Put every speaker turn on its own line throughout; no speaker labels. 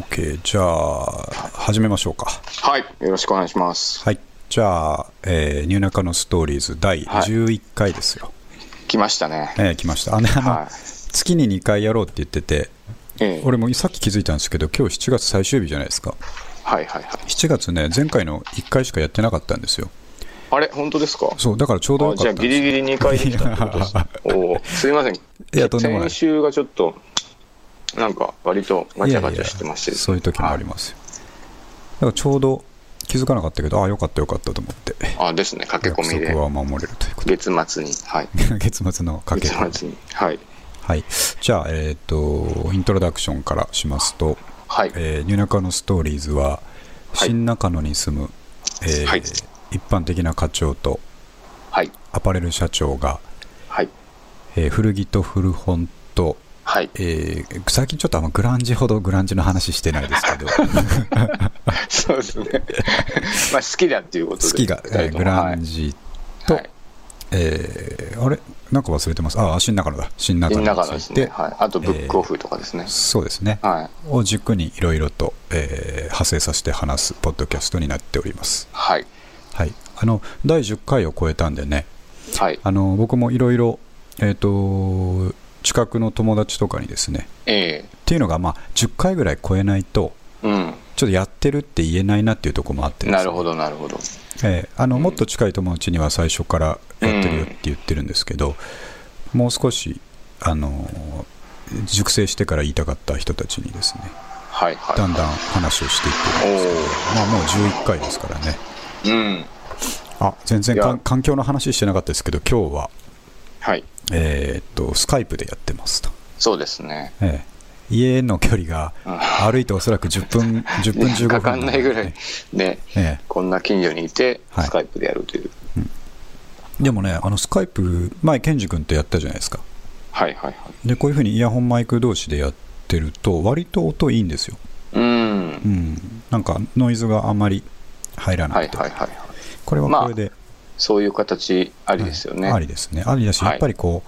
OK じゃあ始めましょうか
はい、よろしくお願いします。
はいじゃあ、えーニューナカのストーリーズ第
はい
11回ですよ、
来ましたね。
えー来ましたあねあの、
はい
月に2回やろうって言ってて
ええ
俺もさっき気づいたんですけど今日7月最終日じゃないですか
はいはいはい。
7月ね前回の1回しかやってなかったんですよ
あれ、本当ですか
そうだからちょうどよ
あ
かっ
じゃ
た
あ、
ん
ギ
です
リギリ2回できたってことです。おーすいません。
やとんでもない
先週がちょっと、なんか、割とガチャガチャしてまして
いやいや
です
そういう時もありますよ、だからちょうど気づかなかったけどあよかったよかったと思って
はいあ、ですね、駆け
約
込み
束
で。
は守れるということ
月末に。はい。
で 月末の駆け込み
月末に。はい。
はい、じゃあ、えっとイントロダクションからしますと
はい
「えーニューナカノストーリーズは」
はい
新中野に住む、えー
はい
一般的な課長と
はい。
アパレル社長が、
はい。
えー古着と古本と、
はい。
えー最近ちょっとあんまグランジほどグランジの話してないですけ ど
そうです ね。まあ、好きだっていうことで。
好きが、えー
二人とも
グランジと、
はい。
えーあれなんか忘れてますああ新中野だ新中
み
野に
ん
つ
ないがです
て、
ね。はい。あと、ブックオフとかですね。
そうですね、
はい。
を軸にいろいろと、えー派生させて話すポッドキャストになっております。
はい。
はい、あの第10回を超えたんでね
はい。
あの僕もいろいろえっ、と近くの友達とかにですね
え
っていうのが、まあ、10回ぐらい超えないと
えうん。
ちょっとやってるって言えないなっていうところもあってですね
なるほどなるほど
えーあのもっと近い友達には最初からやってるよって言ってるんですけど、もう少しあの熟成してから言いたかった人たちにですね
はいはい
だんだん話をしていってるんですけど、まあ、もう11回ですからね
うん
あ全然か
いや
ん環境の話してなかったですけど今日は
はい
えーっとスカイプでやってますと、
そうですね
ええ家の距離が歩いておそらく10分10分15分
かかんないぐら
ね
いね
え
こんな近所にいて
はい
スカイプでやるという
えでもねあのスカイプ前ケンジ君ってやったじゃないですか
はいはいはい
でこういうふうにイヤホンマイク同士でやってると割と音いいんですよ、
うん
うん、なんかノイズがあまり入らな
はい
くて、
はいはい
これはこれで、
そういう形ありですよね
ありですねありだし
はい
やっぱりこ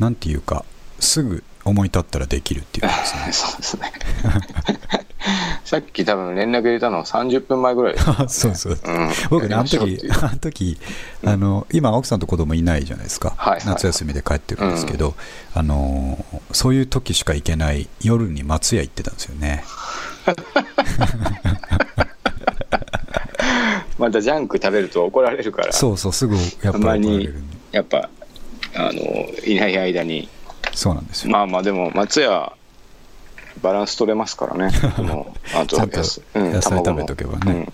う、なんていうかすぐ思い立ったらできるっていうかです ね
そうですねさっき多分連絡入れたの30分前ぐらいです
あそうそう
うん
僕ねあの
やりましょう
時
っていう
あの時あの今奥さんと子供いないじゃないですか、
はいはい
夏休みで帰ってるんですけど、あのーそういう時しか行けない夜に松屋行ってたんですよね
またジャンク食べると怒られるから
そうそうすぐやったぱ
ま
り来
に
れるんで
やっぱあのいない間に
そうなんですよ、
まあまあでも松屋バランス取れますから ねこのあと
ちゃんと
やすうん
野菜
卵
食
も
べとけばね
うん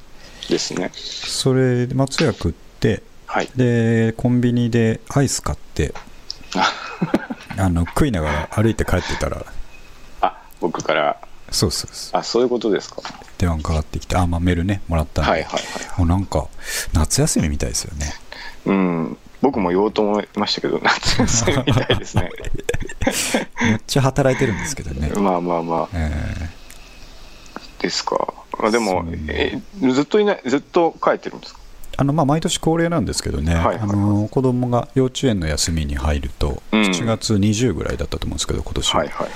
ですね
それで松屋食って
はい
でコンビニでアイス買 ってあの食いながら歩いて帰ってたら
あ僕から
そうそうそう
あそういうことですか
電話がかかってきてあ、まあ、メールねもらったんで、
はいはいはい
もうなんか夏休みみたいですよね
うん僕も言おうと思いましたけど 夏休みみた いですね
めっちゃ働いてるんですけど ね、
まあまあまあ
えー
ですか、まあ、でも
そう
えずっといないずっと帰ってるんですか
あのまあ毎年恒例なんですけどね、
はいはい
あの子供が幼稚園の休みに入ると、
うん
7月20ぐらいだったと思うんですけど、今年は、
はいはい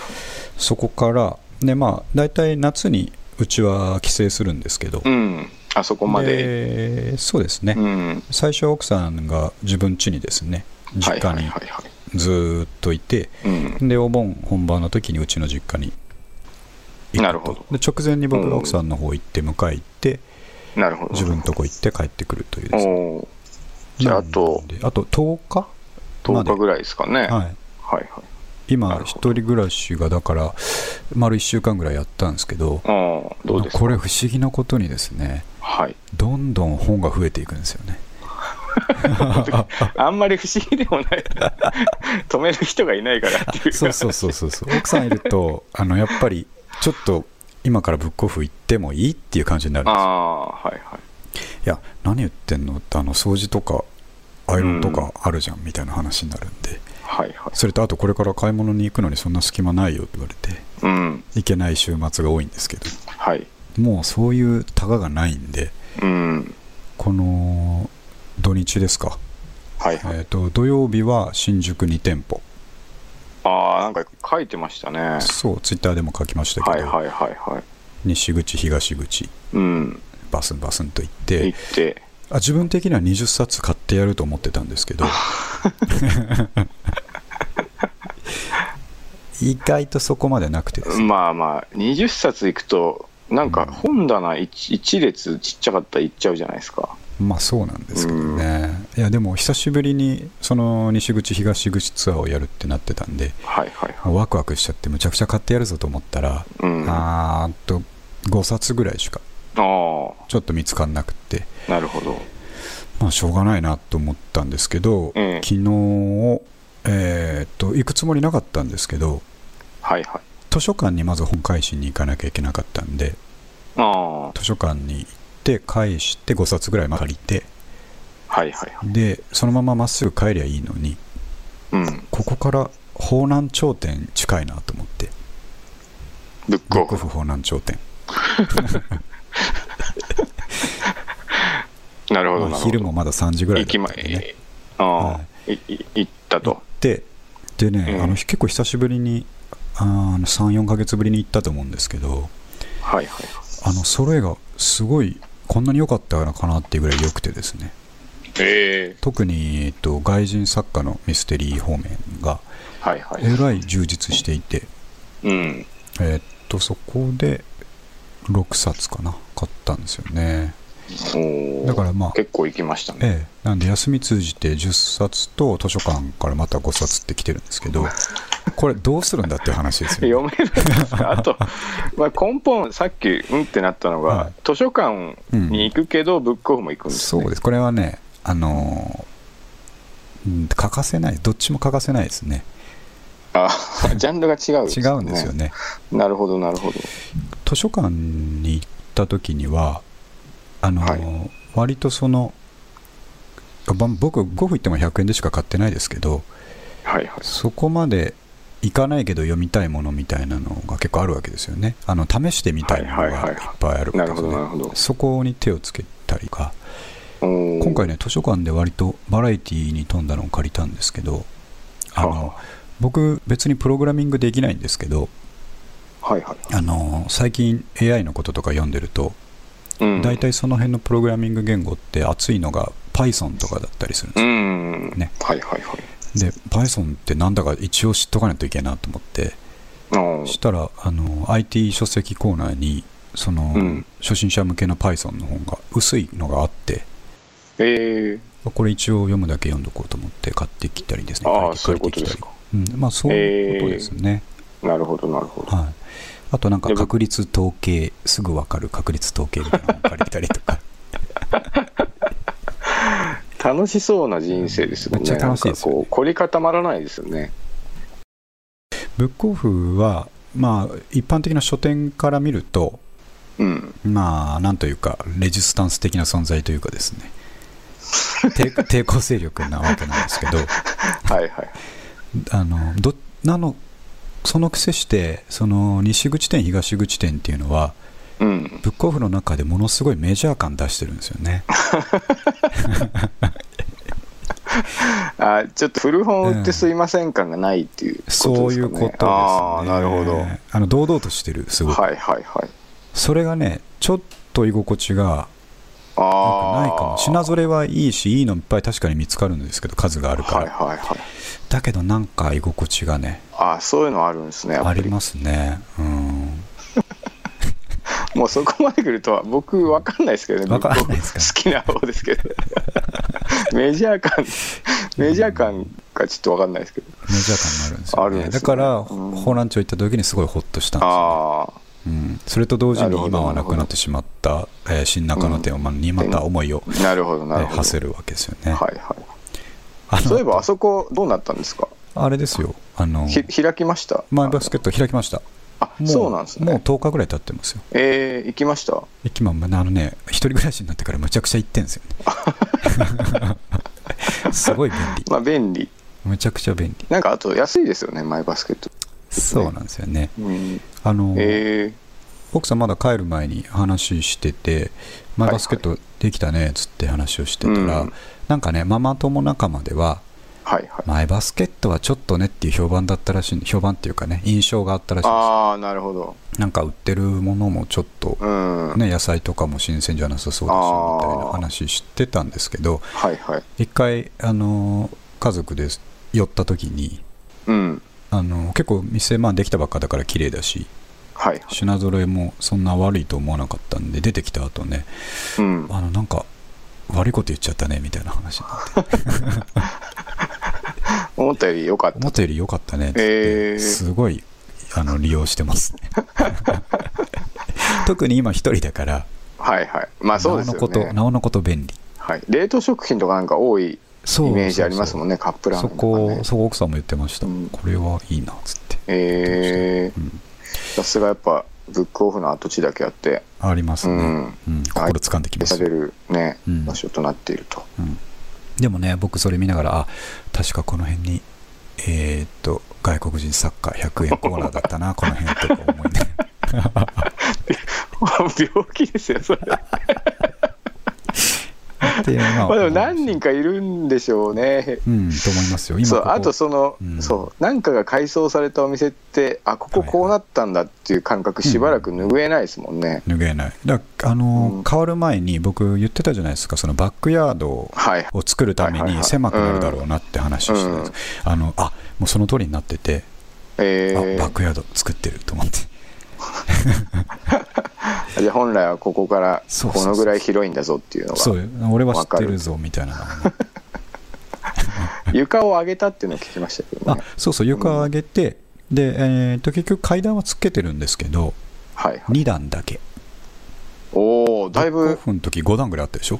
そこから、ねまあ、大体夏にうちは帰省するんですけど、
うんあそこまで
でそうですね、
うん
最初、奥さんが自分家にですね、
は
実
い
家
はい
に
はいはい
ずーっといて、
うん
でお盆本番の時にうちの実家に行くと
なるほ
で
ど
直前に僕
うん
が奥さんの方行って迎え行って、
なるほど
自分のとこ行って帰ってくるというですね
おーじゃああと
なんであと10日ま
10
で
日ぐらいですかね、は
は
い、
い、
はいはいな
今
るほ
一人暮らしがだから丸1週間ぐらいやったんですけど
ああどうですか
これ不思議なことにですね
はい、
どんどん本が増えていくんですよ ね
あんまり不思議でも ない止める人がいないからっていう
そうそうそうそうそう奥さんいるとあのやっぱりちょっと今からブックオフ行ってもいいっていう感じになるん
あ
ですよ
あはいはい
いや何言ってんのってあの掃除とかアイロンとかあるじゃんみたいな話になるんで
はいはい
それとあとこれから買い物に行くのにそんな隙間ないよって言われて
うん
行けない週末が多いんですけど
はい
もうそういうタガがないんで
うん
この土日ですか、
はい
え
はい、
ー、と土曜日は新宿2店舗
ああなんか書いてましたねは
そうツイッターでも書きましたけ
い
ど、
はいはいはい
西口東口
うん
バスンバスンと行っ
行
て
って
あ自分的には20冊買ってやると思ってたんですけど 意外とそこまでなくてですね
まあまあ20冊行くとなんか本棚 1, 一列ちっちゃかったら行っちゃうじゃないですか
まあそうなんですけどねいやでも久しぶりにその西口東口ツアーをやるってなってたんで
はいはい
あ
はい
ワクワクしちゃってむちゃくちゃ買ってやるぞと思ったら、
うんあ
あーっと5冊ぐらいしか
あー
ちょっと見つかんなくって
なるほど
まあしょうがないなと思ったんですけど、
うん
昨日えーっと行くつもりなかったんですけど
はいはい
図書館にまず本返しに行かなきゃいけなかったんで
ああ
図書館に行って返して5冊ぐらいまで借りて
はいはいはい
でそのまままっすぐ帰りゃいいのに
うん
ここから方南頂点近いなと思って
ブッ
ブ
ク
ッ
オ
クオ
フ
フ方南頂点
なるほどなるほど
昼もまだ3時ぐらいだ
駅
ったんで
前、
ね
あ
は
あ、いい行っ
行っ
たと
てでね、
うん
あの結構久しぶりに34ヶ月ぶりに行ったと思うんですけど
はいはい
あの揃えがすごいこんなに良かったのかなっていうぐらい良くてですね
ええ
特に、えっと、外人作家のミステリー方面が
はいはい
えらい充実していて、
うん
えっとそこで6冊かな買ったんですよね
おー
だからまあ
結構行きましたね
ええなんで休み通じて10冊と図書館からまた5冊って来てるんですけどこれどうするんだっていう話ですよ
読めるんですかあ と、まあ、根本さっきうんってなったのが、
はい
図書館に行くけど、ブックオフも行くんです、ね、
そうですこれはねあのーうん欠かせないどっちも欠かせないですね
あジャンルが違う、
違うんですよね
なるほどなるほど
図書館に行った時にはあのー
は
割とそのば僕5分行っても100円でしか買ってないですけど
はいはい
そこまで行かないけど読みたいものみたいなのが結構あるわけですよねあの試してみたいものが
はいはいはいい
っぱいあるわ
な
け
る
で
ほ
す
ど
ね
なるほど
そこに手をつけたりとか今
今
回ね図書館で割とバラエティに富んだのを借りたんですけどあの僕別にプログラミングできないんですけど
はいはい
あの最近 AI のこととか読んでると
うん
大体その辺のプログラミング言語って熱いのが Python とかだったりするん
う
で
ん、
ね
はいはいはい
すで Python ってなんだか一応知っとかないといけないなと思って
あ
そし
ー
たらあの IT 書籍コーナーにその、
うん
初心者向けの Python の本が薄いのがあって
ええ
これ一応読むだけ読んどこうと思って買ってきたりですね
ああ
書
そうい
いうてき
こと
たり
ですか
うん、まあそういうことですね、
なるほどなるほど
はい、あとなんか
でも
確率統計すぐ分かる確率統計みたいなのを借りたりとか
楽しそうな人生ですもんね。
めっちゃ楽しいですよね
なんかこう凝り固まらないですよね。
ブックオフはまあ一般的な書店から見ると
うん。
まあなんというかレジスタンス的な存在というかですね抵 抵抗勢力なわけなんですけど
はいはい。
あのどなのその癖してその西口店東口店っていうのは
うん。
ブックオフの中でものすごいメジャー感出してるんですよね
あ、ちょっと古本売ってすいません感がないっていうことですか、ね
そういうことですね
ああ、なるほど。は
あの堂々としてるすごい、
いはいはい。
それがねちょっと居心地がなん
あ
か
あ。
ないかも品ぞれはいいしいいのいっぱい確かに見つかるんですけど数があるから、
はいはいはい。
だけどなんか居心地がね
ああ、そういうのあるんですね。やっ
あ
ぱ
り
り。
ますねうん
もうそこまで来るとは僕わかんないですけどね。
わかんないですか
僕好きな方ですけど。 メジャー感、メジャー感がちょっとわかんないですけど。
メジャー感があるんですよ、ね
あるんです
だ
ね
から、
うん
ホラン町行った時にすごいホッとしたんですよね
ああ。
うん、それと同時
なる
に
ほど
今はなくなってしまった、えー新中野店をまあにまた思いを、
なるほど
え
な
ー
るほど。
馳せるわけですよね、
はいはい。
あ
そういえ
の
ばあそこどうなったんですか、
あれですよあの
ひ開きました
マイバスケット開きました
あ
も
そうなんですね
もう10日ぐらい経ってますよ
えー、行きました
駅前まであのね一人暮らしになってからむちゃくちゃ行ってんですよ ねすごい便利
まあ便利
むちゃくちゃ便利
なんかあと安いですよねマイバスケット、
そうなんですよね
うん、
あの、
え
奥さんまだ帰る前に話してて「マイバスケットできたね」っつって話をしてたら、
はいはいうん
なんかねママ友仲間では
ー、はいはい。
前バスケットはちょっとねっていう評判だったらしい評判っていうかね印象があったらしいで
ああ、なるほど。
すなんか売ってるものもちょっと、
うん。はい
ね、野菜とかも新鮮じゃなさそうだし
あー
みたいな話してたんですけど
はい。
一回、あのー家族で寄った時に、
うん。
あのー結構店、まあ、できたばっかだから綺麗だし
はい。
品揃えもそんな悪いと思わなかったんで出てきた後ね
うん。
あのなんか悪いこと言っちゃったねみたいな話になって
思ったより良かった。
思ったより良かったねっつって、
えー
すごいあの利用してます ね特に今一人だから、
はいはい。まあそうです
なおの
よ
こと
ね。
なおのこと便利
はい。冷凍食品とかなんか多い
そう
イメージありますもん
ね
ね、カップラー
そ
メンとか、ね。
こそう奥さんも言ってました、
うん
これはいいなっつって
ええ
うん
さすがやっぱ、ブックオフの跡地だけあって、
ありますね、
う
うんん心掴んできます
さ
よ
れるね、
うん
場所となっていると。
うんでもね僕それ見ながらあ確かこの辺にえーっと外国人作家100円コーナーだ ったなこの辺とか思いね
病気ですよ、それ。
っていうのは
まあでも何人かいるんでしょうね。
うんと思いますよ今
そう
ここ
あとその、
うん
そうなんかが改装されたお店ってあこここうなったんだっていう感覚しばらく拭えないですもんね、
拭えないだあの、
うん
変わる前に僕言ってたじゃないですかそのバックヤード
はい
を作るため
はいはいは
に
い
狭くなるだろうなって話をしてたんです、あのあもうその通りになってて、
え
あバックヤード作ってると思って
ー、じゃあ本来はここから
そうそう
こ
そう
のぐらい広いんだぞっていうのが
そう俺は知ってるぞみたいなのがね
床を上げたっていうのを聞きましたけど
あ
ね
そうそう床を上げて、で、えー、と結局階段はつけてるんですけど
はいはい
2段だけ
おおだい
5
ぶ
分の時5段ぐらいあったでしょ、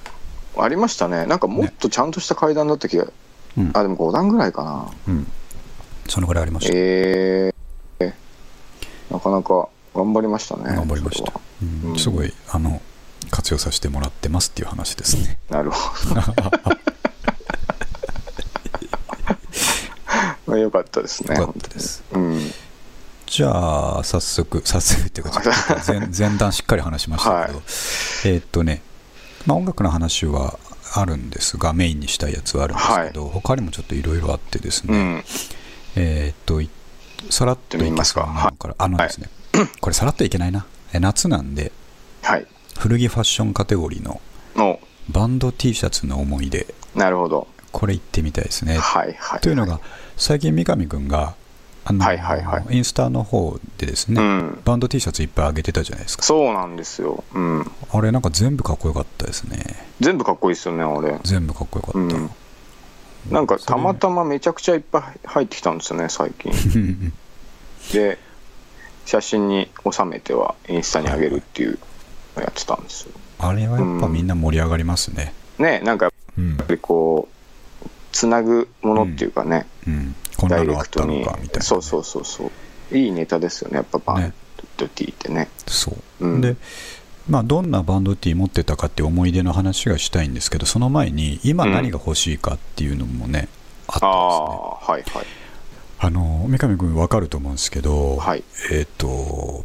ありましたねなんかもっとちゃんとした階段だった気が、
うん
あでも5段ぐらいかな
うん、そのぐらいありました、
えー、なかなか頑張りましたね
頑張りました
それは、
うん
うん
すごいあの活用させてもらってますっていう話ですね
なるほど まあ。よかったですね。
よかったです
うん。
じゃあ早速早速っていうかちょっと前前段しっかり話しましたけど、
は
えーっとね、まあ、音楽の話はあるんですがメインにしたいやつはあるんですけど、他にもちょっといろいろあってです
う
ね、
ん。
えーっといさらっといけそうなのからあのですね、これさらっといけないなえ夏なんで
はい。
古着ファッションカテゴリーの
の、
バンド T シャツの思い出
なるほど。
これ行ってみたいですね
はいはい。
というのが最近三上君があの、
はいはいは
インスタの方でですね、
うん
バンド T シャツいっぱいあげてたじゃないですか
そうなんですよ。うん。
あれなんか全部かっこよかったですね
全部かっこいいですよね、あれ。
全部かっこよかった、
うん。なんか
それ
たまたまめちゃくちゃいっぱい入ってきたんですよね、最近。で、写真に収めてはインスタに上げるっていうのやってたんですよ。
あれはやっぱみんな盛り上がりますね
ね、なんかやっ
うん
ぱりこう、つなぐものっていうかね、
うんこん
ダ
な
イレ
のあっ
ク
た
ト
の
に
かみたいな
そうそうそうそういいネタですよねやっぱバンド T ってね
そう、
うん
で、まあ、どんなバンドティー持ってたかっていう思い出の話がしたいんですけどその前に今
うん
何が欲しいかっていうのもね、あっ
あ
たんですね
あはいはい
あの三上君分かると思うんですけど、
はい
えっ、と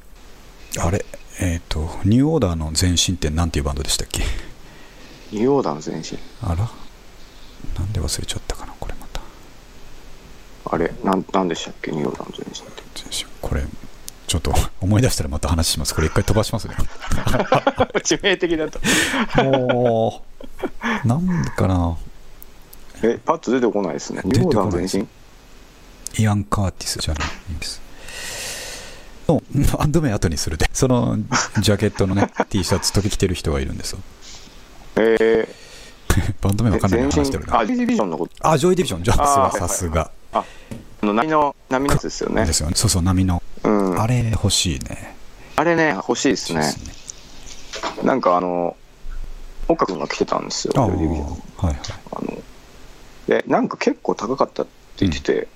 あれえっ、とニューオーダーの前身ってなんていうバンドでしたっけ
ニューオーダーの前身
あらなんで忘れちゃったかなこれまた
あれなんなんでしたっけニューオーダーの前身って
前身これちょっと思い出したらまた話しますこれ一回飛ばし ますね
致命的だと
もうなんかな
えパッと出てこないですねニ
出
ュ
て
ーオ
こな
ーダ
い
ーの前身
イアン・カーティスじゃないんです。のバンド名後にするで、そのジャケットのね、T シャツ、時着てる人がいるんですよ。
え
バンド名わ
ー、
かんない
前
話してる
身あ
な。
ディビジョンのこと
あ、ジョイ・ディビジョン、ジョ
あー
ンスは
はいは
いさすが
ああの波の波のやつですよね
ですよね。そうそう、波の。
うん
あ
あれ
れ、欲しいね。
ね欲しいですね
そうですね
なんかあの岡君が来てたんですよ
あー
ディビジョン
はいはい。
あのでなんか結構高かったって言ってて、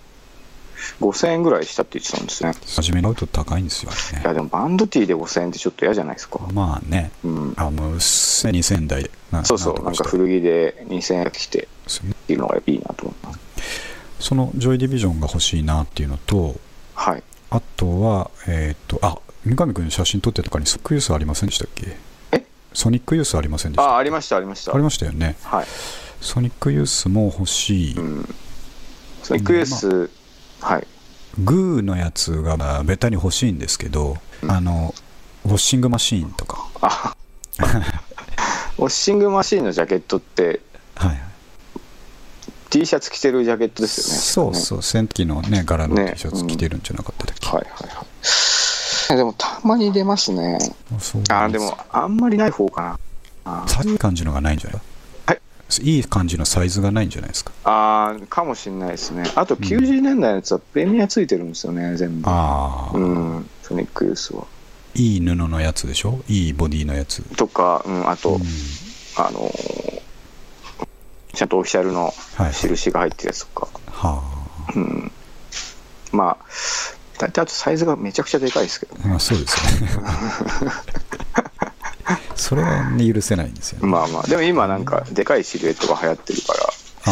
5000円ぐらいしたって言ってたんですね
初めに買うと高いんですよ、あれ
い
ね。
やでもバンドティーで5000円ってちょっと嫌じゃないですか
まあね、
うん
あもうすでに2000台で。
そうそうなん
と
か
して
古着で2000円来てっていうのがいいなと思います
そのジョイ・ディビジョンが欲しいなっていうのと、
はい
あとは、えーっと、あ三上君写真撮ってた時にソニックユースありませんでしたっけ
え
ソニックユースありませんでした
あありましたありました
ありましたよね。
はい
ソニックユースも欲しい
うんそのリクエスト、はい。
グーのやつがまあベタに欲しいんですけど、あのウォッシングマシーンとか、
あウォッシングマシーンのジャケットって、
はい
T シャツ着てるジャケットですよね。
そうそう洗濯機のね柄の
ね
T シャツ着てるんじゃなかったっけ、
はいはいはい。でもたまに出ますね。
そう
あーでもあんまりない方かな。あー
サイズ感じのがないんじゃない
はい
いい感じのサイズがないんじゃないですか
あー、かもしれないですね。あと90年代のやつはプレミアついてるんですよね、全部。
ああ、
うん、ソニックユースは。
いい布のやつでしょいいボディのやつ
とか、うん、あと、
うん
あのーちゃんとオフィシャルの
はい
印が入ってるやつとか、
は
うん、まあ大体あとサイズがめちゃくちゃでかいですけど
あまあそうですね それは、ね、許せないんですよね
まあまあでも今なんかでかいシルエットが流行ってるから
あ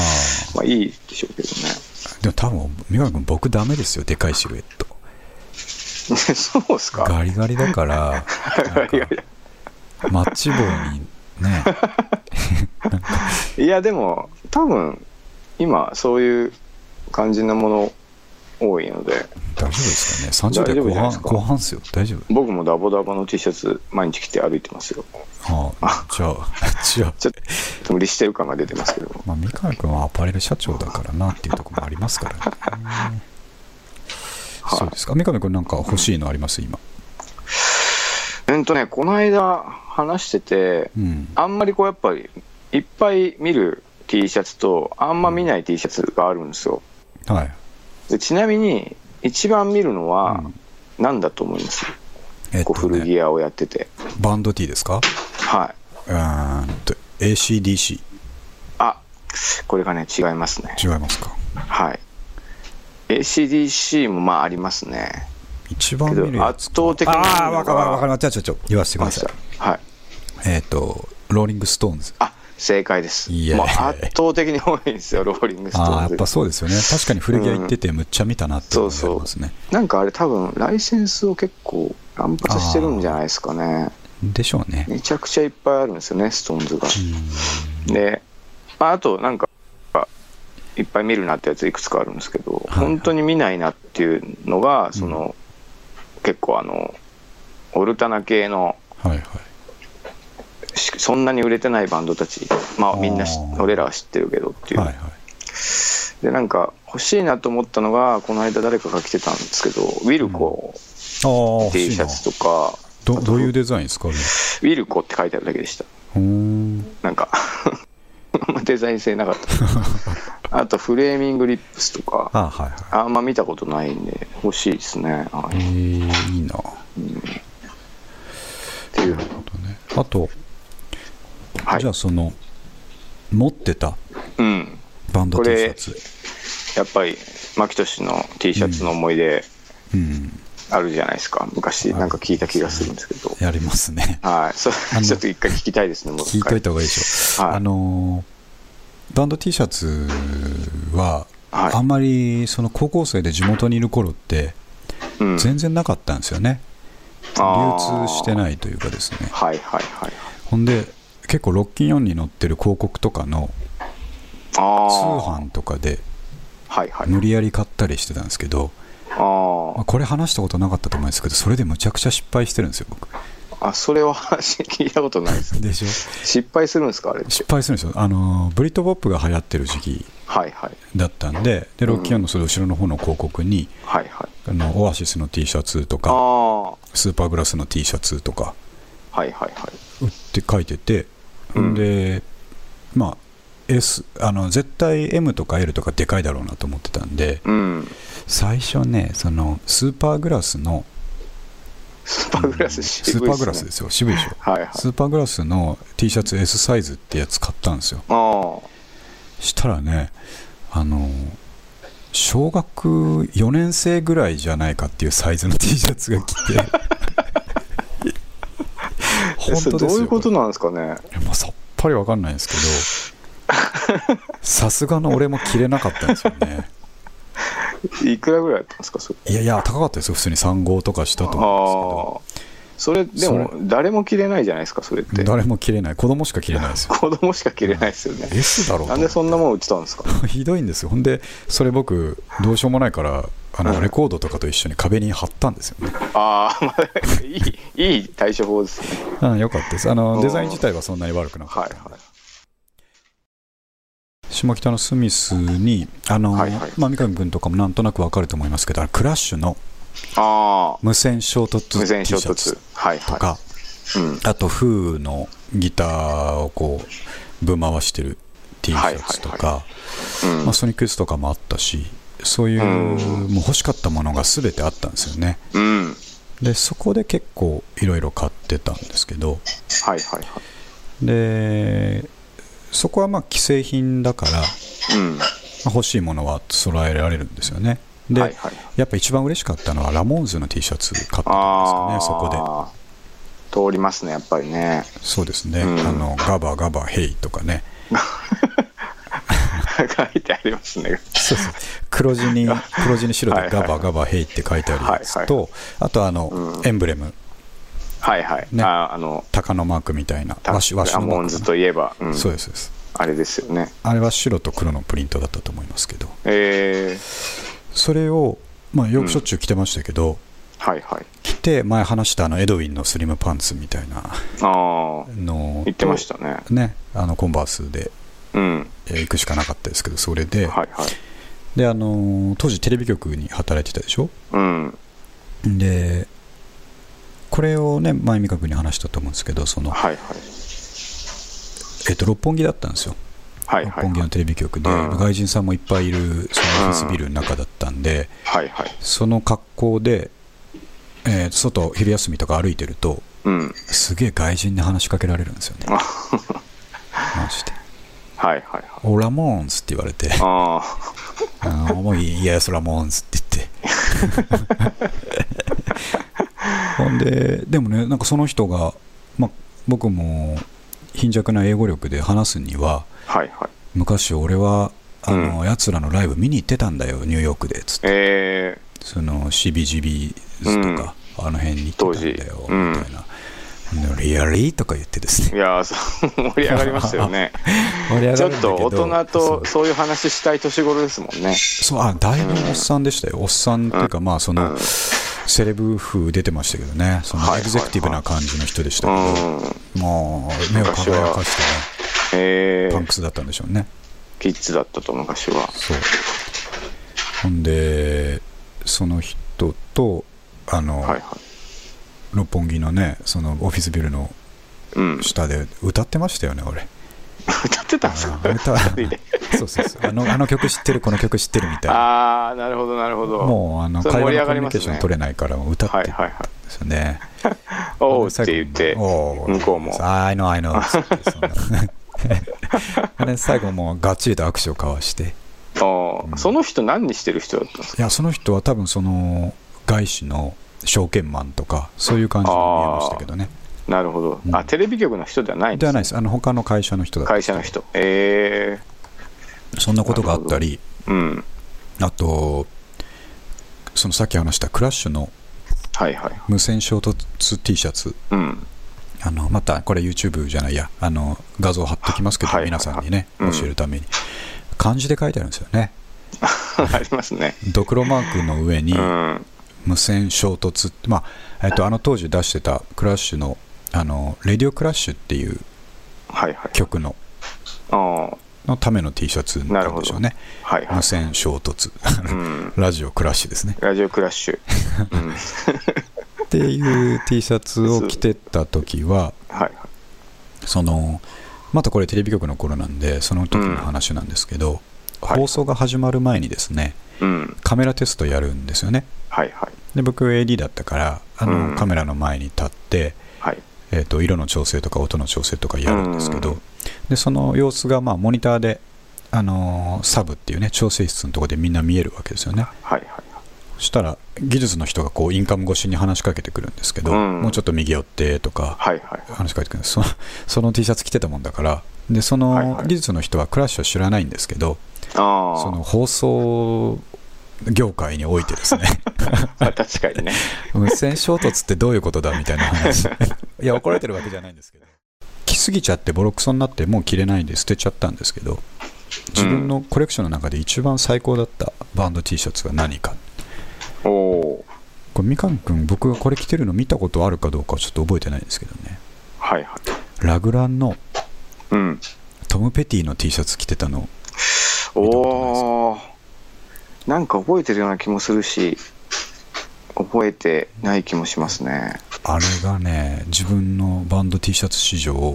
まあいいでしょうけどね
あでも多分三上君僕ダメですよでかいシルエット
そうっすか
ガリガリだからなんか
いやい
マッチ棒にね
やいやでも多分今そういう感じのもの多いので
大丈夫ですかね30代
大丈夫
後
じゃな
半
いですか
後半っすよ大丈夫
僕もダボダボの T シャツ毎日着て歩いてますよ
ああじゃあ じゃあ
ちょっと無理してる感が出てますけども
まあ、三上君はアパレル社長だからなっていうところもありますからね。そうですか。三上君なんか欲しいのあります今。
うんとねこの間話してて
うん。
あんまりこうやっぱりいっぱい見る T シャツとあんま見ない T シャツがあるんですよ
はい。
でちなみに一番見るのは
うん
何だと思います、
えっ
ことう古
ね、
着屋をやってて
バンド T ですか
はい
えーっと、ACDC。
あこれがね違いますね
違いますか。
はい ACDC もまあありますね
一番
け
見る
ど
や
圧
つ。
倒的に
ああ、わかるわかるわか
り
る。じゃあちょちょ、言わせてく
ま
だ
し
さい
た。はい
えーっと、ローリングストーンズ。
あ正解です
いや
もう圧倒的に多いんですよローリングストーンズ
ああ、やっぱそうですよね。確かに古着屋行っててむっちゃ見たなって
そ
思いう
そ
ますね。
うなんかあれ多分ライセンスを結構乱発してるんじゃないですかね
でしょうね。
めちゃくちゃいっぱいあるんですよねストーンズがでまああとなんかいっぱい見るなってやついくつかあるんですけど、
はい
本当に見ないなっていうのがその、結構あのオルタナ系の
はいはい。
しそんなに売れてないバンドたちまあみんなし
あー
俺らは知ってるけどっていう、
はいはい。
でなんか欲しいなと思ったのがこの間誰かが着てたんですけどウィルコ
ああ、欲
T
しい
シャ
な。
ツとか、
どどういうデザインですかね
ウィルコって書いてあるだけでした。
うーん
なんか、 あんまデザイン性なかった。あと、フレーミングリップスとか、
あはいは
あんま見たことないんで、欲しいですね。ああ
い。
い
え
う
ー、いいな。
っていう。
あと、
は
じゃ
い
あ。その、持ってた
うん。
バンド
こ
T シ
れ
ャツ。
やっぱり、牧俊の T シャツの思い出
うん、
あるじゃないですか。昔、なんか聞いた気がするんですけど。
やりますね。
はい。それ
あの、
ちょっと一回聞きたいですね、もう
聞い
一
と
回
い。た方がいいでしょ。
はい
あのー、バンド T シャツは、
はい
あんまりその高校生で地元にいる頃って、
うん
全然なかったんですよね。
あー
流通してないというかですね。
はいはいはい。
ほんで、結構ロッキンオンに載ってる広告とかの
ああ。
通販とかで
はいはい。
無理やり買ったりしてたんですけど、まあ
あ
これ話したことなかったと思うんですけどそれでむちゃくちゃ失敗してるんですよ僕
あ。あ、それは 聞いたことないです。
でしょ
失敗するんですかあれって
失敗するんですよあのブリットポップが流行ってる時期
はいはい
だったんででロッキーオンのそれ後ろの方の広告に
はいはい
あのオアシスの T シャツと
あ
か
あは
スーパーグラスの T シャツとか
いはいはい
売って書いてて、
うん
でまあ S あの絶対 M とか L とかでかいだろうなと思ってたんで
うん
最初ねそのスーパーグラスの
スーパーグラス渋い
スーパーグラスですすよ渋いでしょ
ねはいはい
スーパーグラスの T シャツ S サイズってやつ買ったんですよ
あ
したらねあの小学4年生ぐらいじゃないかっていうサイズの T シャツが来て
あ えそれ
本当
ど
で
う
す
い
よ
うこと
れ
なんですか
い
ね
やもうさっぱりわかんないんですけどさすがの俺も着れなかったんですよね
いくらぐらいだったんですかそれ
いやいや高かったですよ普通に3号とかしたと
あ
思うんですけど
あそれでも
そ
誰も着れないじゃないですかそれって
誰も切れない子供しか切れないですよ
子供しか着れないですよね
S だろうと
なんでそんなもん売ってたんですか
ひどいんですよほんでそれ僕どうしようもないからあのレコードとかと一緒に壁に貼ったんですよね
ああまあいいいい対処法ですね
うん、よかったですあ
う
の
ん
デザイン自体はそんなに悪くなかっ
は
た、
いはい
下北のスミスにあの、
はいはい
まあ、三上君とかもなんとなくわかると思いますけどあのクラッシュの
あ
無線衝突
あ無線衝
T シャツ
突はい
と
は
か、
い、うん、
あとフーのギターをこうぶん回してる T シャツとか、
はうん
まあ、ソニック S とかもあったしそういう
うん
もう欲しかったものが全てあったんですよね
うん、はい
でそこで結構いろいろ買ってたんですけど
はいはい
でそこはまあ既製品だから
うん
まあ欲しいものは揃えられるんですよね。で、
はいはい
やっぱ一番嬉しかったのはラモーンズの T シャツ買ってたんですか
あ
ね、
あ
そこで。
通りますねやっぱりね
そうですね、
うん
あのガバガバヘイとかね、
書いてありますね
そうそう 黒地に黒地に白
は
で
いはい
ガバガバヘイって書いてあるやつと、
は
あとあの、
うん
エンブレム、
はいはい、
ね
ああの
鷹のマークみたいな、
ラ
和紙和紙のマ
モン
ーク
ズ
か
といえば、う
な、
ん、
そうですそうです。
あれですよね
あれは白と黒のプリントだったと思いますけど、
え
それを、まあ、よくしょっちゅう着てましたけど、
ー、はいはい
着て前話したあのエドウィンのスリムパンツみたいな
ああ
のを
言ってましたね
ね、あのコンバースで、
うん
えー行くしかなかったですけどそれで,、
はいはい
であのー当時テレビ局に働いてたでしょ
うん
でこれをね前三角に話したと思うんですけどその、
はいはい
えっと六本木だったんですよ、
はいはい
六本木のテレビ局で、
うん
外人さんもいっぱいいるそのオフィスビルの中だったんで、
はいはい
その格好で、えー外昼休みとか歩いてると
うん
すげえ外人に話しかけられるんです よね
あ
マジで
はいはいはい
「オラモーンズ」って言われて
あ
あのもういいやそらもんつって言ってほんででもねなんかその人が、まあ、僕も貧弱な英語力で話すには
あはいはい
昔俺はあの、
う
やつらのライブ見に行ってたんだよニューヨークでつって
え
その CBGB とか、あの辺に行ってたんだよ
当
み
時うん
たいな、でリアリーとか言ってです
ー、
ね
いやーそう盛り上がりましたよね
盛り上
ち
がるんだ
ょっ
け
と
ど
大 人
そう
とそういう話したい年頃ですもんね
そうあだいぶおっさんでしたよ、おっさんっていうか、まあその、
うん
セレブ風出てましたけどねそ
はい
の
はい
エグゼクティブな感じの人でした
う
けど、
ん
もう目を輝かしてね
え
パン
ー、
クスだったんでしょうね
キッズだったと昔は
そうほんでその人とあの、
はいはい
六本木のねそのオフィスビルの
うん
下で歌ってましたよね俺
歌ってたんです
あ
か
の歌
人で
そうそうそうあのあの曲知ってるこの曲知ってるみたいな
ああなるほどなるほど
もうあの
それ
会話
盛り
の
上
コ
が
ミュ
り
ニ
ま
ケー
す
ション
ね
取れないから歌って
はい
るん
はいはい
ですよね、
おうって言って
おう
向こうも
ああ、I know, I know. つってそんな で最後もうがっちりと握手を交わして。
あ
うん
あその人何にしてる人だったんですか
いや、その人は多分その外資の証券マンとか、そういう感じに見えましたけどね。
なるほど、
うん
あテレビ局の人ではないん
で
で
は
す、
ない
ね、
です。あの、他の会社の人だった
会社の人え
そんなことがあったり、
えうん
あと、そのさっき話したクラッシュの
はいはい
無線衝突 T シャツ。
うん
あのまたこれ YouTube じゃないやあの画像貼ってきますけど、
はい
皆さんにね、
はいはい
教えるために漢字で書いてあるんですよね
ありますね
ドクロマークの上に
うん
無線衝突って、まあえっと、あの当時出してたクラッシュの「あのレディオクラッシュ」っていう
はいはい
曲の
ああ
のための T シャツなんでしょうね
はいは
無
い、
線衝突
うん、
ラジオクラッシュですね
ラジオクラッシュ、うん、はい
っていう T シャツを着てた時は
はい
そのまたこれテレビ局の頃なんでその時の話なんですけど、
はい
放送が始まる前にですね
うん
カメラテストやるんですよね
はいはい
で僕 AD だったからあの、
うん
カメラの前に立って
はい
えー、と色の調整とか音の調整とかやるんですけど、
うん
でその様子がまあモニターで、あのーサブっていうね調整室のところでみんな見えるわけですよね
はいはい
そしたら技術の人がこうインカム越しに話しかけてくるんですけど、
うん
もうちょっと右寄ってとか
はいはい
話しかけてくるんですそのその T シャツ着てたもんだからでその
はいはい
技術の人はクラッシュを知らないんですけど、
ああ
その放送業界においてですね
あ確かにね。
無線衝突ってどういうことだみたいな話 いや怒られてるわけじゃないんですけど来すぎちゃってボロクソになってもう着れないんで捨てちゃったんですけど自分のコレクションの中で一番最高だったバンド T シャツが何か
おおー
これみかんくん僕がこれ着てるの見たことあるかどうかはちょっと覚えてないんですけどね
はいはい。
ラグランの
うん。
トム・ペティの T シャツ着てたの見たことないです
おおーなんか覚えてるような気もするし覚えてない気もしますね
あれがね自分のバンド T シャツ史上
はい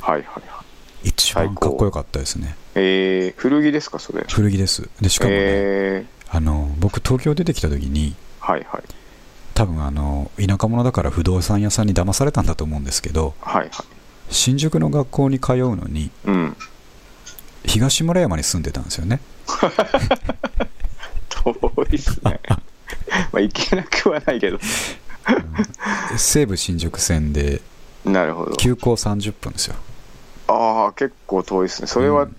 はいはい
一番かっこよかったですね
えー、古着ですかそれ
古着ですでしかもね、
え
あの僕東京出てきた時に
ー、はいはい
多分あの田舎者だから不動産屋さんに騙されたんだと思うんですけど
はいはい
新宿の学校に通うのに
うん
東村山に住んでたんですよね
遠いですね まあいけなくはないけど
西武新宿線で
なるほど
急行30分ですよ
ああ結構遠いですねそれは、
うん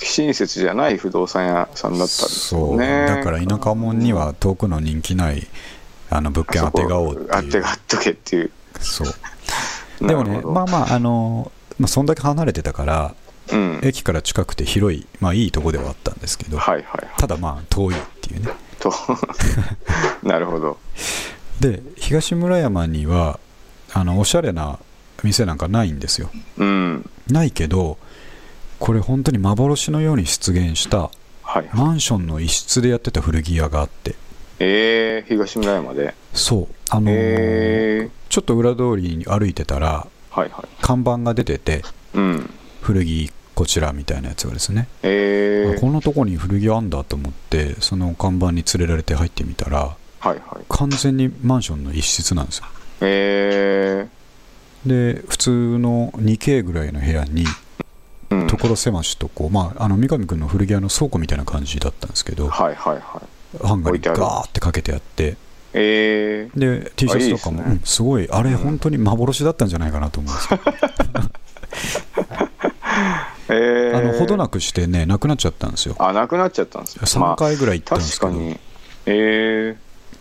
親切じゃない不動産屋さんだったんです
そ
よ
う
ね
だから田舎者には遠くの人気ないあの物件
あ
当
そこ
てがおうって
当
い
て
う
がっとけっていう
そうでも
な
ね
るほど
まあまああの、まあ、そんだけ離れてたから
うんはい
駅から近くて広いまあいいとこではあったんですけど
はいはい
ただまあ遠いっていうね
と なるほど
で東村山にはあのおしゃれな店なんかないんですよ
うん
ないけどこれ本当に幻のように出現した
はいはい
マンションの一室でやってた古着屋があって
えー、東村山で
そうあのー
えー、
ちょっと裏通りに歩いてたら
はいはい
看板が出てて
うん
古着こちらみたいなやつがですね、
えー、
こんなとこに古着あんだと思ってその看板に連れられて入ってみたら
はいはい
完全にマンションの一室なんですよ
え
で普通の 2K ぐらいの部屋に
ー、うん
所狭しとこう、まあ、あの三上君の古着屋の倉庫みたいな感じだったんですけど
はいはいはい
ハンガー
置
に
いてある
ガーってかけてあって
えー、
で T シャツとかも
あいいですね
うんすごいあれ
うん
本当に幻だったんじゃないかなと思うんですけど、
えー、
あのほどなくしてねなくなっちゃったんですよ
あなくなっちゃったんですね
3回ぐらい行ったんです
確
け
か
ど、
にえー、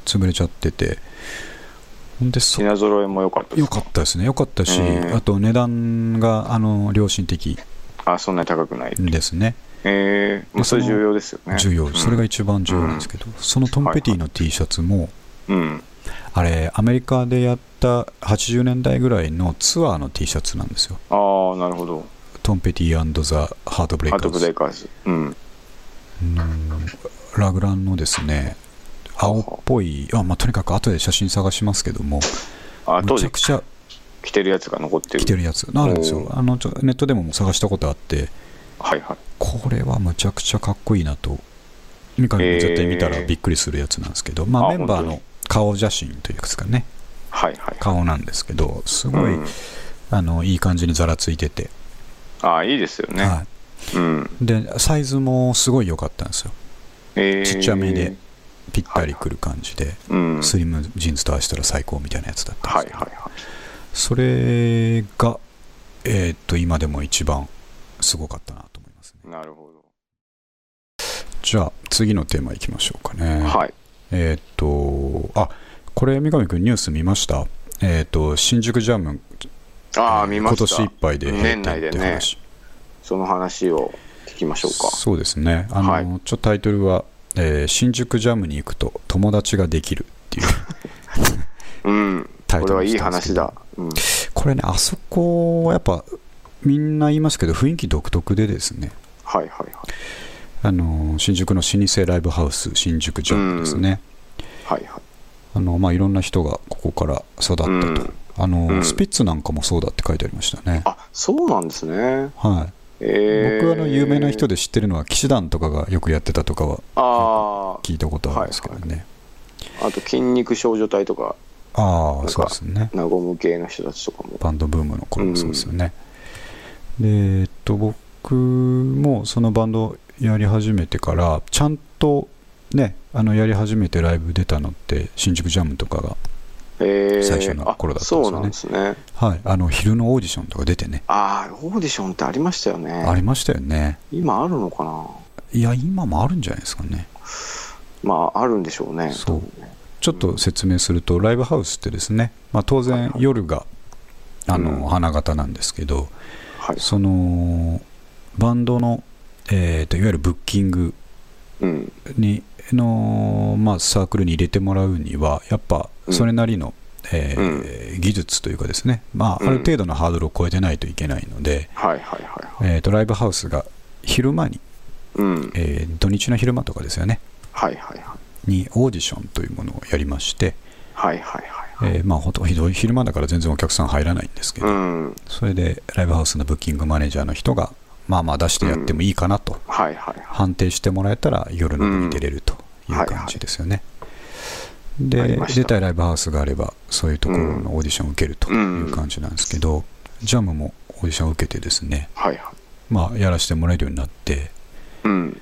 潰れちゃっててほんでそ
品揃えも良かったです
よかったですねよかったし、
うん
あと値段があの良心的
あそんなに高くない、
ですね
えー、まあそれ重要ですよね
重要、
うん、
それが一番重要なんですけど、そのトム・ペティの T シャツも、
うん
あれアメリカでやった80年代ぐらいのツアーの T シャツなんですよ
ああなるほど
トンペティザ・ハートブレイ
ハ
カ
ート
ー
ブレ
ズ
イカーズうん
うんラグランのですね青っぽいあ、まあ、とにかく後で写真探しますけども
あ当
むち
時
ゃくちゃ
着てるやつが残ってる
着てるやつあるんですよ
お
あのちょネットでも探したことあって
はいはい
これはむちゃくちゃかっこいいなと三上
え
君
ー
絶対見たらびっくりするやつなんですけど、まあ、
あ
メンバー
本当
の顔写真というかね
はいはい
顔なんですけどすごい、
うん、
あのいい感じにざらついてて、
ああいいですよね、
はい
うん
でサイズもすごい良かったんですよ
えー
ちっちゃめでぴったりくる感じで、
うんはい
スリムジーンズと合わせたら最高みたいなやつだったんです
はい
けど、
はい
それがえーっと今でも一番すごかったなと思いますね
なるほど、
じゃあ次のテーマいきましょうかね、
はい
えーっとあこれ三上君ニュース見ましたえーっと新宿ジャム
ああ見ま
今
した
年いっぱいで閉店
年内で
って
ね
話
その話を聞きましょうか
そうですねあの、
はい
ちょっとタイトルは、えー新宿ジャムに行くと友達ができる」っていう
うん
タイ
これ
ト
は
ル
い
に
い
したんですけ
話
ど
だ、うん、
これねあそこはやっぱみんな言いますけど雰囲気独特でですね
はいはいはい
あの新宿の老舗ライブハウス新宿ジャムですね、
はいはい
あのまあ、いろんな人がここから育ったと、
うん
あの
うん
スピッツなんかもそうだって書いてありましたね、
あそうなんですね
はい、
えー、
僕あの有名な人
で
で知ってるのは騎士団とかがよくやってたとかは
あ
聞いたことあるんですけどね、
ああと筋肉少女隊とか
ああそうですね
和む系の人たちとかも
バンドブームの頃もそうですよね、でえっと僕もそのバンドやり始めてからちゃんとねあのやり始めてライブ出たのって新宿ジャムとかが、
えー、
最初の頃だったんですよね
あそうなんですね
はい、あの昼のオーディションとか出てね、
ああオーディションってありましたよね
ありましたよね
今あるのかない
や今もあるんじゃないですかね
まああるんでしょうね
そうちょっと説明すると、ライブハウスってですね、まあ、当然夜があの、
うん
花形なんですけど
はい
そのバンドの、えー、といわゆるブッキング
うん
にの、まあ、サークルに入れてもらうにはやっぱ
うん
それなりの、えー技術というかですね、まあ、
うん
ある程度のハードルを超えてないといけないので、
はいはいはいはい
えー、とライブハウスが昼間に、
うん
えー土日の昼間とかですよね
はいはいはい
にオーディションというものをやりまして、
はいはいはいはい
えーまあ、ほんとひどい昼間だから全然お客さん入らないんですけど、
うん
それでライブハウスのブッキングマネージャーの人がまあまあ出してやってもいいかなと、
はいはいはい
判定してもらえたら夜の部に出れるという感じですよね。
はいあ
で
りました
出たいライブハウスがあればそういうところのオーディションを受けるという感じなんですけど、ジャムもオーディションを受けてですね、
はいはい
まあ、やらせてもらえるようになって
うん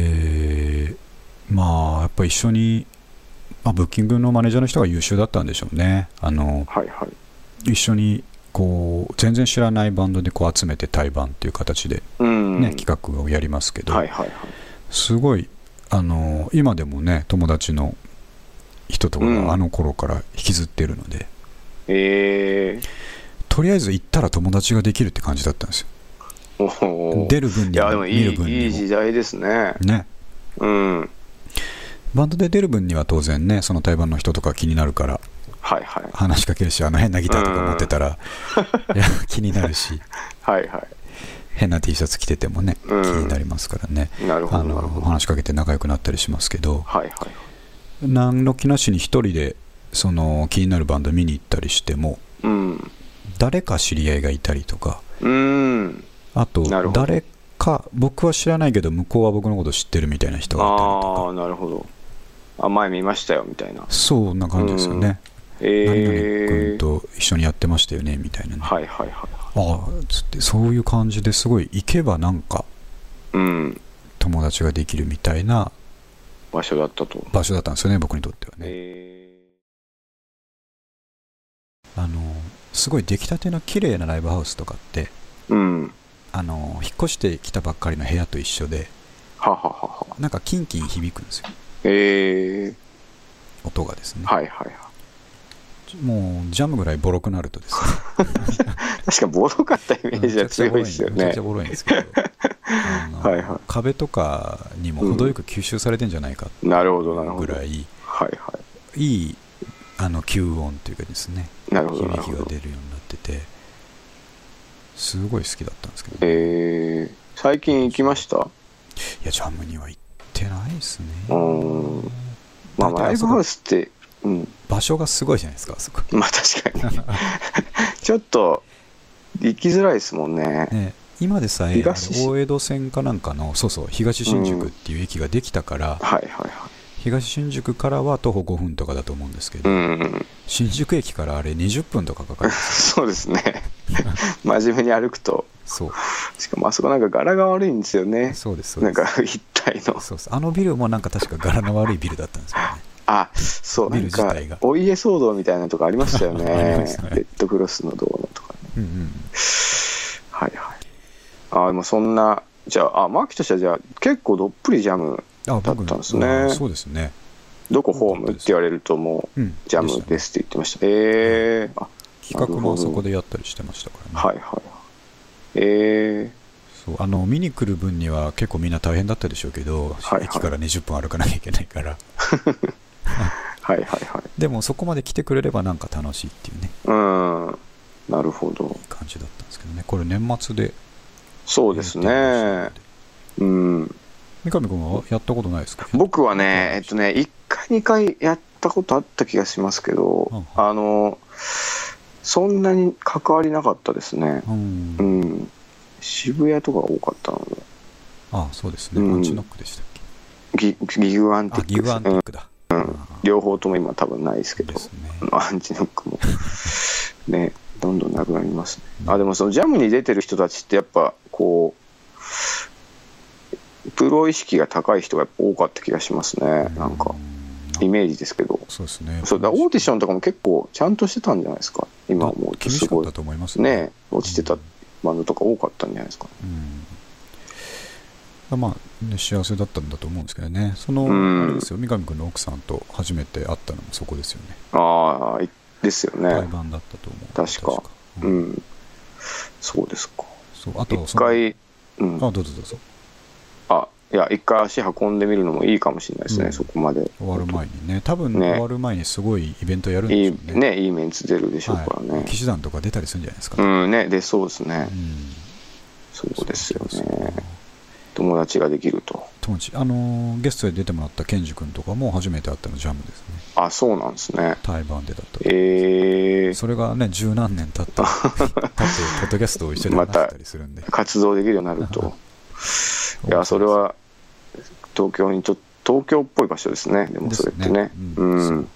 でまあやっぱ一緒に、まあ、ブッキングのマネージャーの人が優秀だったんでしょうねあの
はいはい
一緒にこう全然知らないバンドでこう集めて対バンっていう形で、
うん
ね企画をやりますけど、
はいはいはい
すごいあの今でもね友達の人とか
うん
があの頃から引きずってるので、
ええ
とりあえず行ったら友達ができるって感じだったんですよ
おお
出る分
い
に
や
は
でも
見
い
る
い
分
いい
に
時代ですね
もね
うん
バンドで出る分には当然ねその対バンの人とか気になるから
はいはい
話しかけるしあの変なギターとか持ってたら、いや気になる し
はいは
変な T シャツ着ててもね、
うん
気になりますからね
いなるほ
あ
どな
の
るほど
話しかけて仲良くなったりしますけど
はいはい
何の気なしに一人でその気になるバンド見に行ったりしても
うん
誰か知り合いがいたりとか
うん
あと
なるほど
誰か僕は知らないけど向こうは僕のこと知ってるみたいな人がいたりと
ああなるほどあ前見ましたよみたいな
かそんな感じですよね、何々
ええ
君と一緒にやってましたよねみたいなね、
はいはいは
ああつってそういう感じですごい行けばなんか
いうん
友達ができるみたいな
場所だったと
場所だったんですよね僕にとってはね、
え
あのすごい出来たての綺麗なライブハウスとかって
えうん
あの引っ越してきたばっかりの部屋と一緒で
はははは
なんかキンキン響くんですよ
ええ
音がですね、
はいはいは
もうジャムぐらいボロくなるとですね
い確かボロかったイメージは強いですよ
めちゃ
ね
くちゃボロいんですけどあの
はいは
壁とかにも程よく吸収されてんじゃないか
いなるほどなるほ
ぐ
ど
ら
はい
い、い
はい
あの吸音というかですね
いなるほど
響
なる
き
ほ
が
ど
出るようになっててすごい好きだったんですけど、い
ええ最近行きました
やジャムには行ってないですね
うんまあ
大体あ
ライブ
そ
ハ
こ
ウスってうん
場所がすごいじゃないですかあそこ、
まあ 確かにちょっと行きづらいですもんね
ね、今でさえあ
東
の大江戸線かなんかのそうそう東新宿っていう駅ができたから、
はいはいはい
東新宿からは徒歩5分とかだと思うんですけ
う
ど、
ん
新宿駅からあれ20分とかかかるんですよ
そうですね真面目に歩くと
そう
しかもあそこなんか柄が悪いんですよね
そうですそう
な
で
ん
す
か一体の
そうですあのビルもなんか確か柄の悪いビルだったんですよね
あそう
ビ
な
ル
ん
自
か
体が
お家騒動みたいなとこありましたよ ね
ありますね
レッドクロスのどうのとかね
うんうん
はいはいあでもそんなじゃああマーキーとしてはじゃあ結構どっぷりジャム
あ
だったんですね
あそうですね
どこホームって言われるとも
うん
うジャムですすって言ってましたえー、あ
企画もあそこでやったりしてましたからね、
はいはいはいえ
そうあの見に来る分には結構みんな大変だったでしょうけど、
はいはい
駅から20分歩かなきゃいけないから
ー、はいはいはい
でもそこまで来てくれればなんか楽しいっていうね
うんなるほど
感じだったんですけどねこれ年末で
そうですねうん
三上君はやったことないですか
僕はね、えっとね、1回、2回やったことあった気がしますけど、
うんうん
あの、そんなに関わりなかったですね。
うん
うん。渋谷とかが多かったので、
あそうですね
うん
マンチノックでしたっけ
ギギグアンティ
あ
ック
ギ
です
グアンティックだうん
両方とも今多分ないですけど
で、すね
あのアンチノッ クも、ね、どんどんなくなりますね。あ、でもそのジャムに出てる人たちってやっぱ、こう、プロ意識が高い人がやっぱ多かった気がしますね。なんか
う、
イメージですけど。
そうですね
そうだからオーディションとかも結構ちゃんとしてたんじゃないですか今思うと
厳
す
しかっ
ご
た
い
と思います
ね落ちてたバンドとか多かったんじゃないですか
うんがまあ、ね、幸せだったんだと思うんですけどね、その、
うん
あれですよ、三上君の奥さんと初めて会ったのもそこですよね、
ああ、いですよ
対
ね。
バンだったと思う。
確か
う
うんん。そうですか。
そうあとは
一
その
回、うん。
あ、どうぞどうぞ、
あ、いや、一回足運んでみるのもいいかもしれないですね、
うん
そこまで。
終わる前にね、多分
ね
終わる前にすごいイベントやるんで
い
し
い
ょうね。
ね、いいメンツ出るでしょうから
はい、
ね。
騎士団とか出たりするんじゃないですか。
うん、ね、出そうですね。
うん
そうですよ
そうそう
ね。友達ができると。
友達あのーゲストで出てもらったケンジ君とかも初めて会ったのジャムですね
あ、そうなんですね。
対バンでだったと
えー、
それがね十何年経った 経ってポッドキャストを一緒に話したりするんで、
活動できるようになる と。いや、それは、東京にちょっと、東京っぽい場所ですね。でも
で
そ
す
れってね。う
うんすご
ん
く。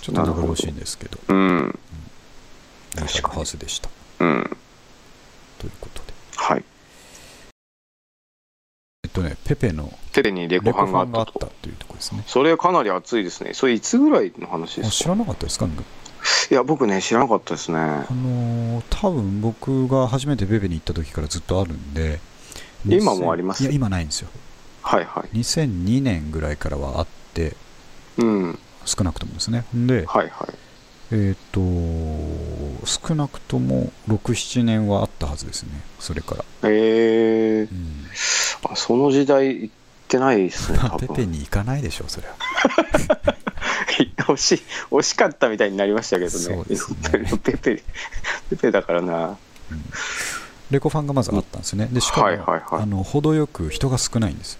ちょっと名残惜しいんですけど
うん。
ライブ
確かに
ハウスでした
うん。
ということで
はい。
えっとねペペの
テレに
レ
レコ
コ
ファン
フ
が
ァ
あ
ンがあ
っ
った
と。
たっていうところですね
それかなり熱いですね。それいつぐらいの話
あ
です
知
から
なかったですかなんか
いや、僕ね、知らなかったですね
あ。のー多分僕が初めてペペに行った時からずっとあるんで
今もあります
いや今ないんですよ
はいはい。
2002年ぐらいからはあって
うん。
少なくともですねで、
はいはい。
えっ、と少なくとも67年はあったはずですねそれから、
えー
う、ん、
あその時代行ってない ですね、
ま
多
あペペ
分。
に行かないでしょうそれは
惜しい、惜しかったみたいになりましたけどね。
そうですね
ペペ、ペペだからな。
レコファンがまずあったんですねでしかも、
はいはいはい
あの程よく人が少ないんです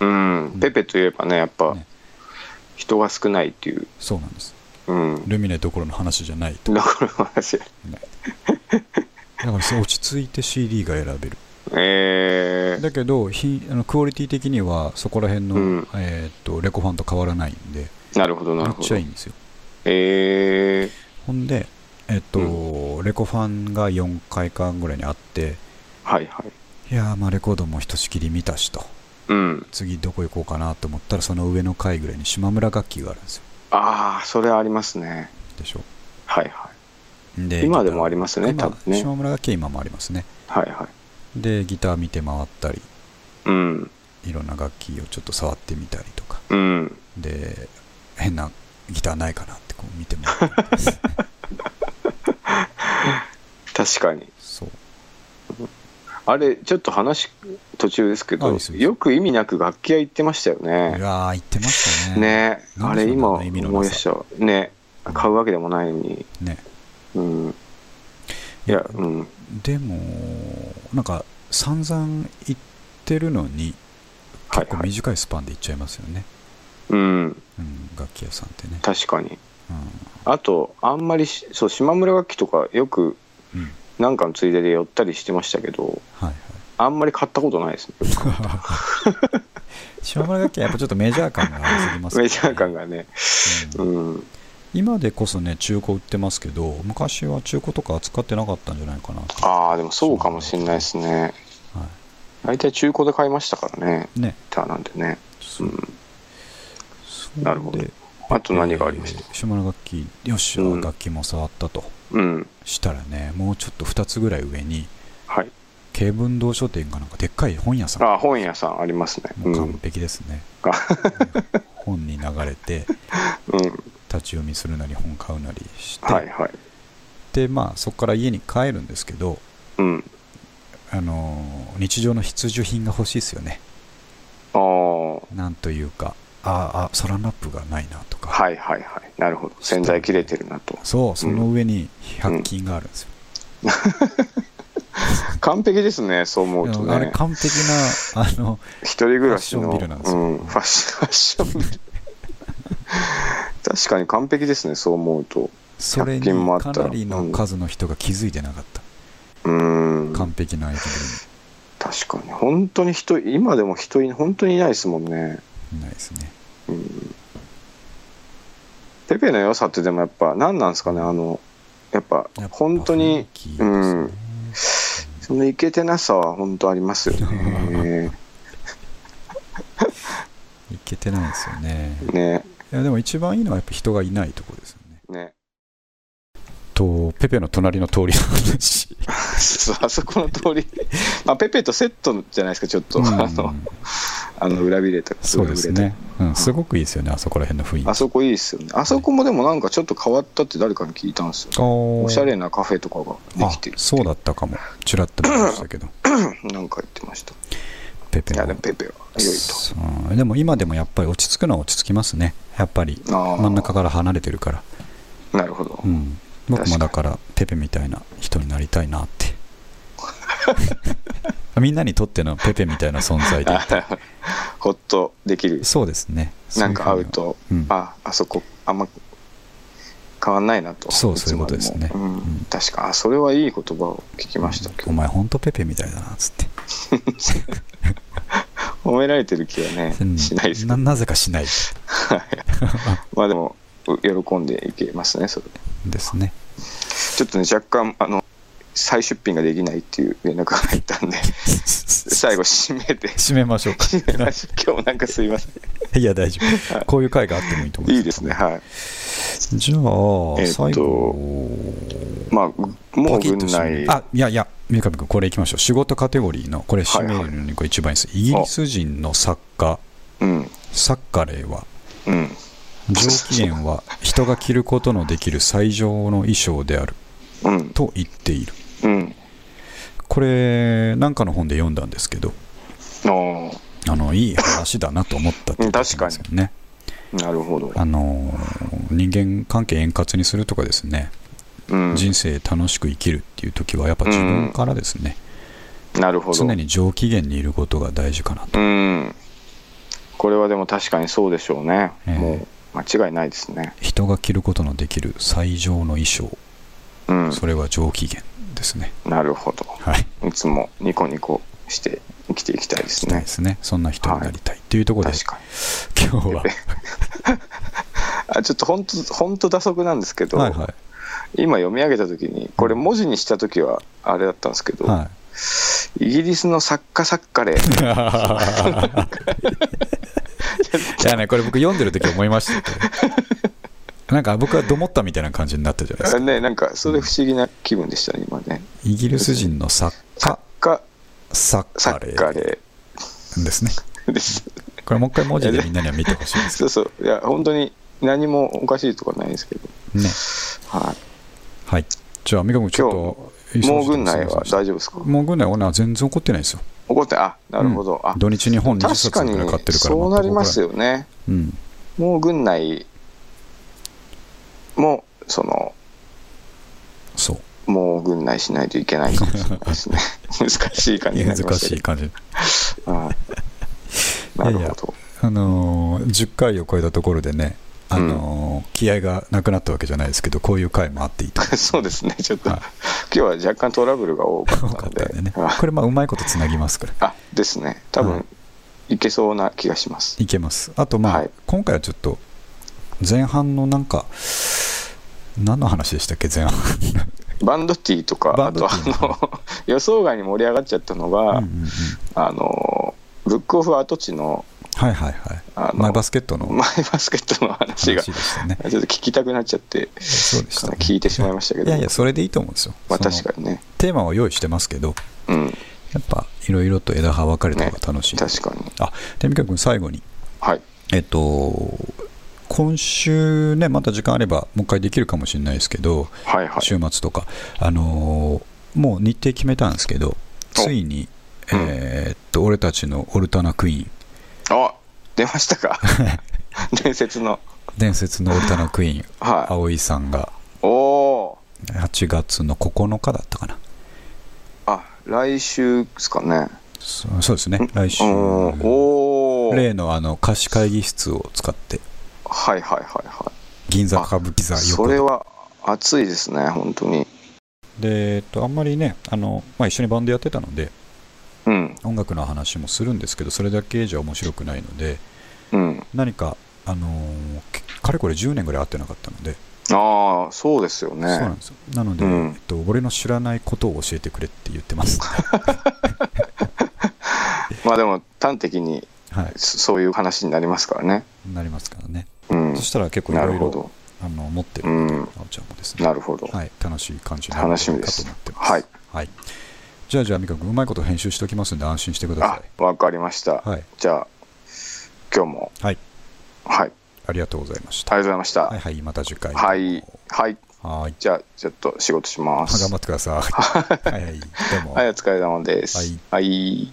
うん。ペペといえばね、やっぱ
ね、
人が少ないっていう。
そうなんです
うん。
ルミネどころの話じゃないと
だから話。
だからそう落ち着いて CD が選べる
えー、
だけどひあのクオリティ的にはそこら辺の、
うん
えっとレコファンと変わらないんで
なるほどな
め
る
っ
ほ
ちゃ
ど
いい。んですよ
えー、
ほんでえっ、と、レコファンが4回間ぐらいにあって
はいはい。
いやーまあレコードもひとしきり見たしと
うん。
次どこ行こうかなと思ったらその上の階ぐらいに島村楽器があるんですよ
ああ、それありますね。
でしょ
はいは
で
い。今でもありますね、
今
多分ね。
島村楽器は今もありますね
はいはい。
でギター見て回ったり
うん。
いろんな楽器をちょっと触ってみたりとか
うん。
で変なギターないかなってこう見て回ったりです
確かに。
そう
あれ、ちょっと話、途中です
あ
け
いい
ど
で、す
よく意味なく楽器屋行ってましたよ
い
ね。
やー行ってましたね
ね
なん
あ
で
れ
しょうね
今
意味のなさ
思い出した。ね買うわけでもないのに。
ね
うん。い
い
や
や、
うん。
でもなんか散々行ってるのに
は
結
い
構
はい。
短いスパンで行っちゃいますよね、
うん。
うん、楽器屋さんってね、
確かに。
う
あと、あんまりし、そう、島村楽器とかよく、
んうん、
なんかのついでで寄ったりしてましたけど、
はいはい
あんまり買ったことないで すね。
島村楽器はやっぱちょっとメジャー感がありすぎますから
メ
ね
ジャー感がね。
う
うんん。
今でこそね中古売ってますけど昔は中古とか扱ってなかったんじゃないかなと
ああ、でもそうかもしれないですね。
は
大体中古で買いましたからね。
いね
ギターなんでね。。
そううんそれで
なるほどあと何がありました
えー島村楽器よし、あ
うん
楽器も触ったと
うん。
したらねもうちょっと2つぐらい上に
はい。
慶文堂書店がなんかでっかい本屋さん
あ、本屋さんありますね。
も
う。
うん
う
完
ん。
璧ですね、
あ
本に流れて立ち読みするなり本買うなりして、
はいはい。
でまあそこから家に帰るんですけど
うん。
あのー日常の必需品が欲しいですよね
ああ、は
なんというかああサランラップがないなとか、
いはいはい。なるほど。洗剤切れてるなと。
そうその上に100均があるんですよ、
完璧ですね、そう思うと
いやあれ
ね。
完璧なあの
一人暮らしの。
ファッションビルなんですよ
うん。ファッシファッションビル。 確かに完璧ですね、そう思うと。
それに
100均もあった
からなりの数の人が気づいてなかった、
うん。
完璧な駅
確かに。本当に人、今でも人い、本当にいないですもんね。
にないですね
うんペペの良さってでもやっぱ何なんですかねあのやっぱ
やっぱ
本当
雰囲
に
気です
う
ね
んそのイケてなさは本当ありますよ ね
いけてないですよね
ね
いやでも一番いいのはやっぱ人がいないとこですよね
ね
とペペの隣の通りの話
そそう、あそこの通り、まあ、ペペとセットじゃないですか、ちょっと、
うん
あのあの裏切れた、
そうです
裏切れ
ね、うん、すごくいいですよね、あそこら辺の雰囲気
た。あそこいいですよね、あそこもでもなんかちょっと変わったって誰かに聞いたんですよ、
お
おしゃれ
な
なカフェとかができてる
あそうだったかもちらっと見ましたけ ど
なんか言ってました、
ペペ
い
の
や、でもペペは良いと。
うんでも今でもやっぱり落ち着くのは落ち着きますねやっぱり
あー
真ん中から離れてるから、
なるほど、
うん、僕も
確かに
だからペペみたいな人になりたいなって みんなにとってのペペみたいな存在 で
ほっとできる、
そうですね
なんか
そういうふ
会
には
と、
うん
ああそこ、あんま変わんないなと、
そう
つま
そういうことですね
もうん
うん
確か、あそれはいい言葉を聞きました、
お前ほんとペペみたいだなっつって
褒められてる気はね、
うん
しないですけど
ななぜかしない
まあでもう喜んでいけますねそれ
です ね
ちょっとね若干あの再出品ができないっていう連絡が入った んで最後締めて
締めましょうか
締めましょう今日なんかすいません
いや大丈夫こういう回があってもいいと思います
いいですねはい
じゃあ、
え
最
っと
後
まあも
ポ
う
キッ
軍
と締め
内
るあいやいや三上君これいきましょう仕事カテゴリーのこれ締めるのにこれ一番いいです、イギリス人の作家
うん
作家例は
うん
上機嫌は人が着ることのできる最上の衣装である
うん
と言っている
うん
これなんかの本で読んだんですけど
あ
あのいい話だなと思ったっていうことなんですよね
あなるほど、
あの人間関係円滑にするとかですね、
うん、
人生楽しく生きるっていう時はやっぱ自分からですね、
なるほど
常に上機嫌にいることが大事かなと
うんこれはでも確かにそうでしょうね、
ええ
もう間違いないですね
人が着ることのできる最上の衣装
うん
それは上機嫌ですね
なるほど
はい
いつもニコニコして生きていきたいです
したい
ね
ですねそんな人になりたいっていうところで、
確かに
今日は
あちょっと本当本当打足なんですけど、
はいは
今読み上げた時にこれ文字にした時はあれだったんですけど、
い は
イギリスの作家作家例
いいやねこれ僕読んでる時思いました けどなんか僕はどもったみたいな感じになったじゃないですか
ねなんかそれ不思議な気分でしたね今ね
イギリス人の作家
作家
作
作
家
家
例
例
ですね
です
これもう一回文字でみんなには見てほしいです
そうそういや本当に何もおかしいとかないですけど
ね
は
はいじゃあ三上君ちょっと
いもう軍
忙しい
内
ですね
は大丈夫ですか
もうぐらいはな全然怒ってないですよ。
怒ってあなるほど、あ
土日に本20冊
確か
ぐらい買って
に
るから。
そうなります
よ。
よね
うん。
もう軍内もその
そう。
もう軍内しないといけないかもしれないです ね難しい感じにな
難
りました
し
け
い感じ。
どはいなるほど
あのー、10回を超えたところでね、あのー、気合がなくなったわけじゃないですけど、こういう回もあっていい と
そうですねちょっと、
はい
今日は若干トラブルが多か
多
った
か
の
っ
で
たんでね。
あ
これ、まあ、うまいことつなぎますから。
あですね多分、
はい
い、けそうな気がします
いけます。あと、まあ、
はい
今回はちょっと、前半のなんか、何の話でしたっけ、前半。
バンドティーとか
バ
あ
ンド
と
ティ
あ
ー
の予想外に盛り上がっちゃったのが、
うんうんうん
あのブックオフ跡地の
はいはいはい
あ。の
マイバスケットの
マイバスケットの話が
話でしたね。
ちょっと聞きたくなっちゃって
そうでしたね。
聞いてしまいましたけど
いやいや、それでいいと思うんですよ。
まあ
その
確かにね
テーマは用意してますけど、
うん
やっぱいろいろと枝葉分かれた方が楽しい。
確かに
あ、で、三上君、最後に、
はい
えっと、今週ね、また時間あれば、もう一回できるかもしれないですけど、
はいはい
週末とか、あのーもう日程決めたんですけど、
お
ついに、
うん
えーっと、俺たちのオルタナクイーン、
あ出ました か伝説の
伝説のオルタナクイーン、
はい
葵さんが、
おお
8月の9日だったかな。
ーあ来週ですかね
そそうですね、来週
う。んおおはい
例のあの貸し会議室を使って
はいはいは
銀座歌舞伎座
いそ
横
れ
で
は熱いですね本当に
で、えっと、あんまりねあの、まあ、一緒にバンドやってたので
うん
音楽の話もするんですけどそれだけじゃ面白くないので
うん
何か、あのーけかれこれ10年ぐらい会ってなかったので、
ああそうですよ
そうなん
ね
ですよなので、
うん
えっと、俺の知らないことを教えてくれって言ってます、
まあでも端的に
はい、
そそういう話になりますからね
なりますからね
うん
そしたら結構い
な
ろ
る
い
ほ
ろ
ど
あの持ってる
うん
あおちゃんもですね
なるほど
はい、楽しい感じになるんじゃないかと思ってます。
楽しみです
はい。じゃあじゃあ三上君うまいこと編集しておきますんで安心してくだ
あ
さい
わかりました、
はい
じゃあ今日も
はい
はい
ありがとうございました
ありがとうございました
はいはいまた次回
はいはい
はい
じゃあちょっと仕事しま
頑
す
張ってくださいはいはいどうも
はいお疲れ様です
はい
はい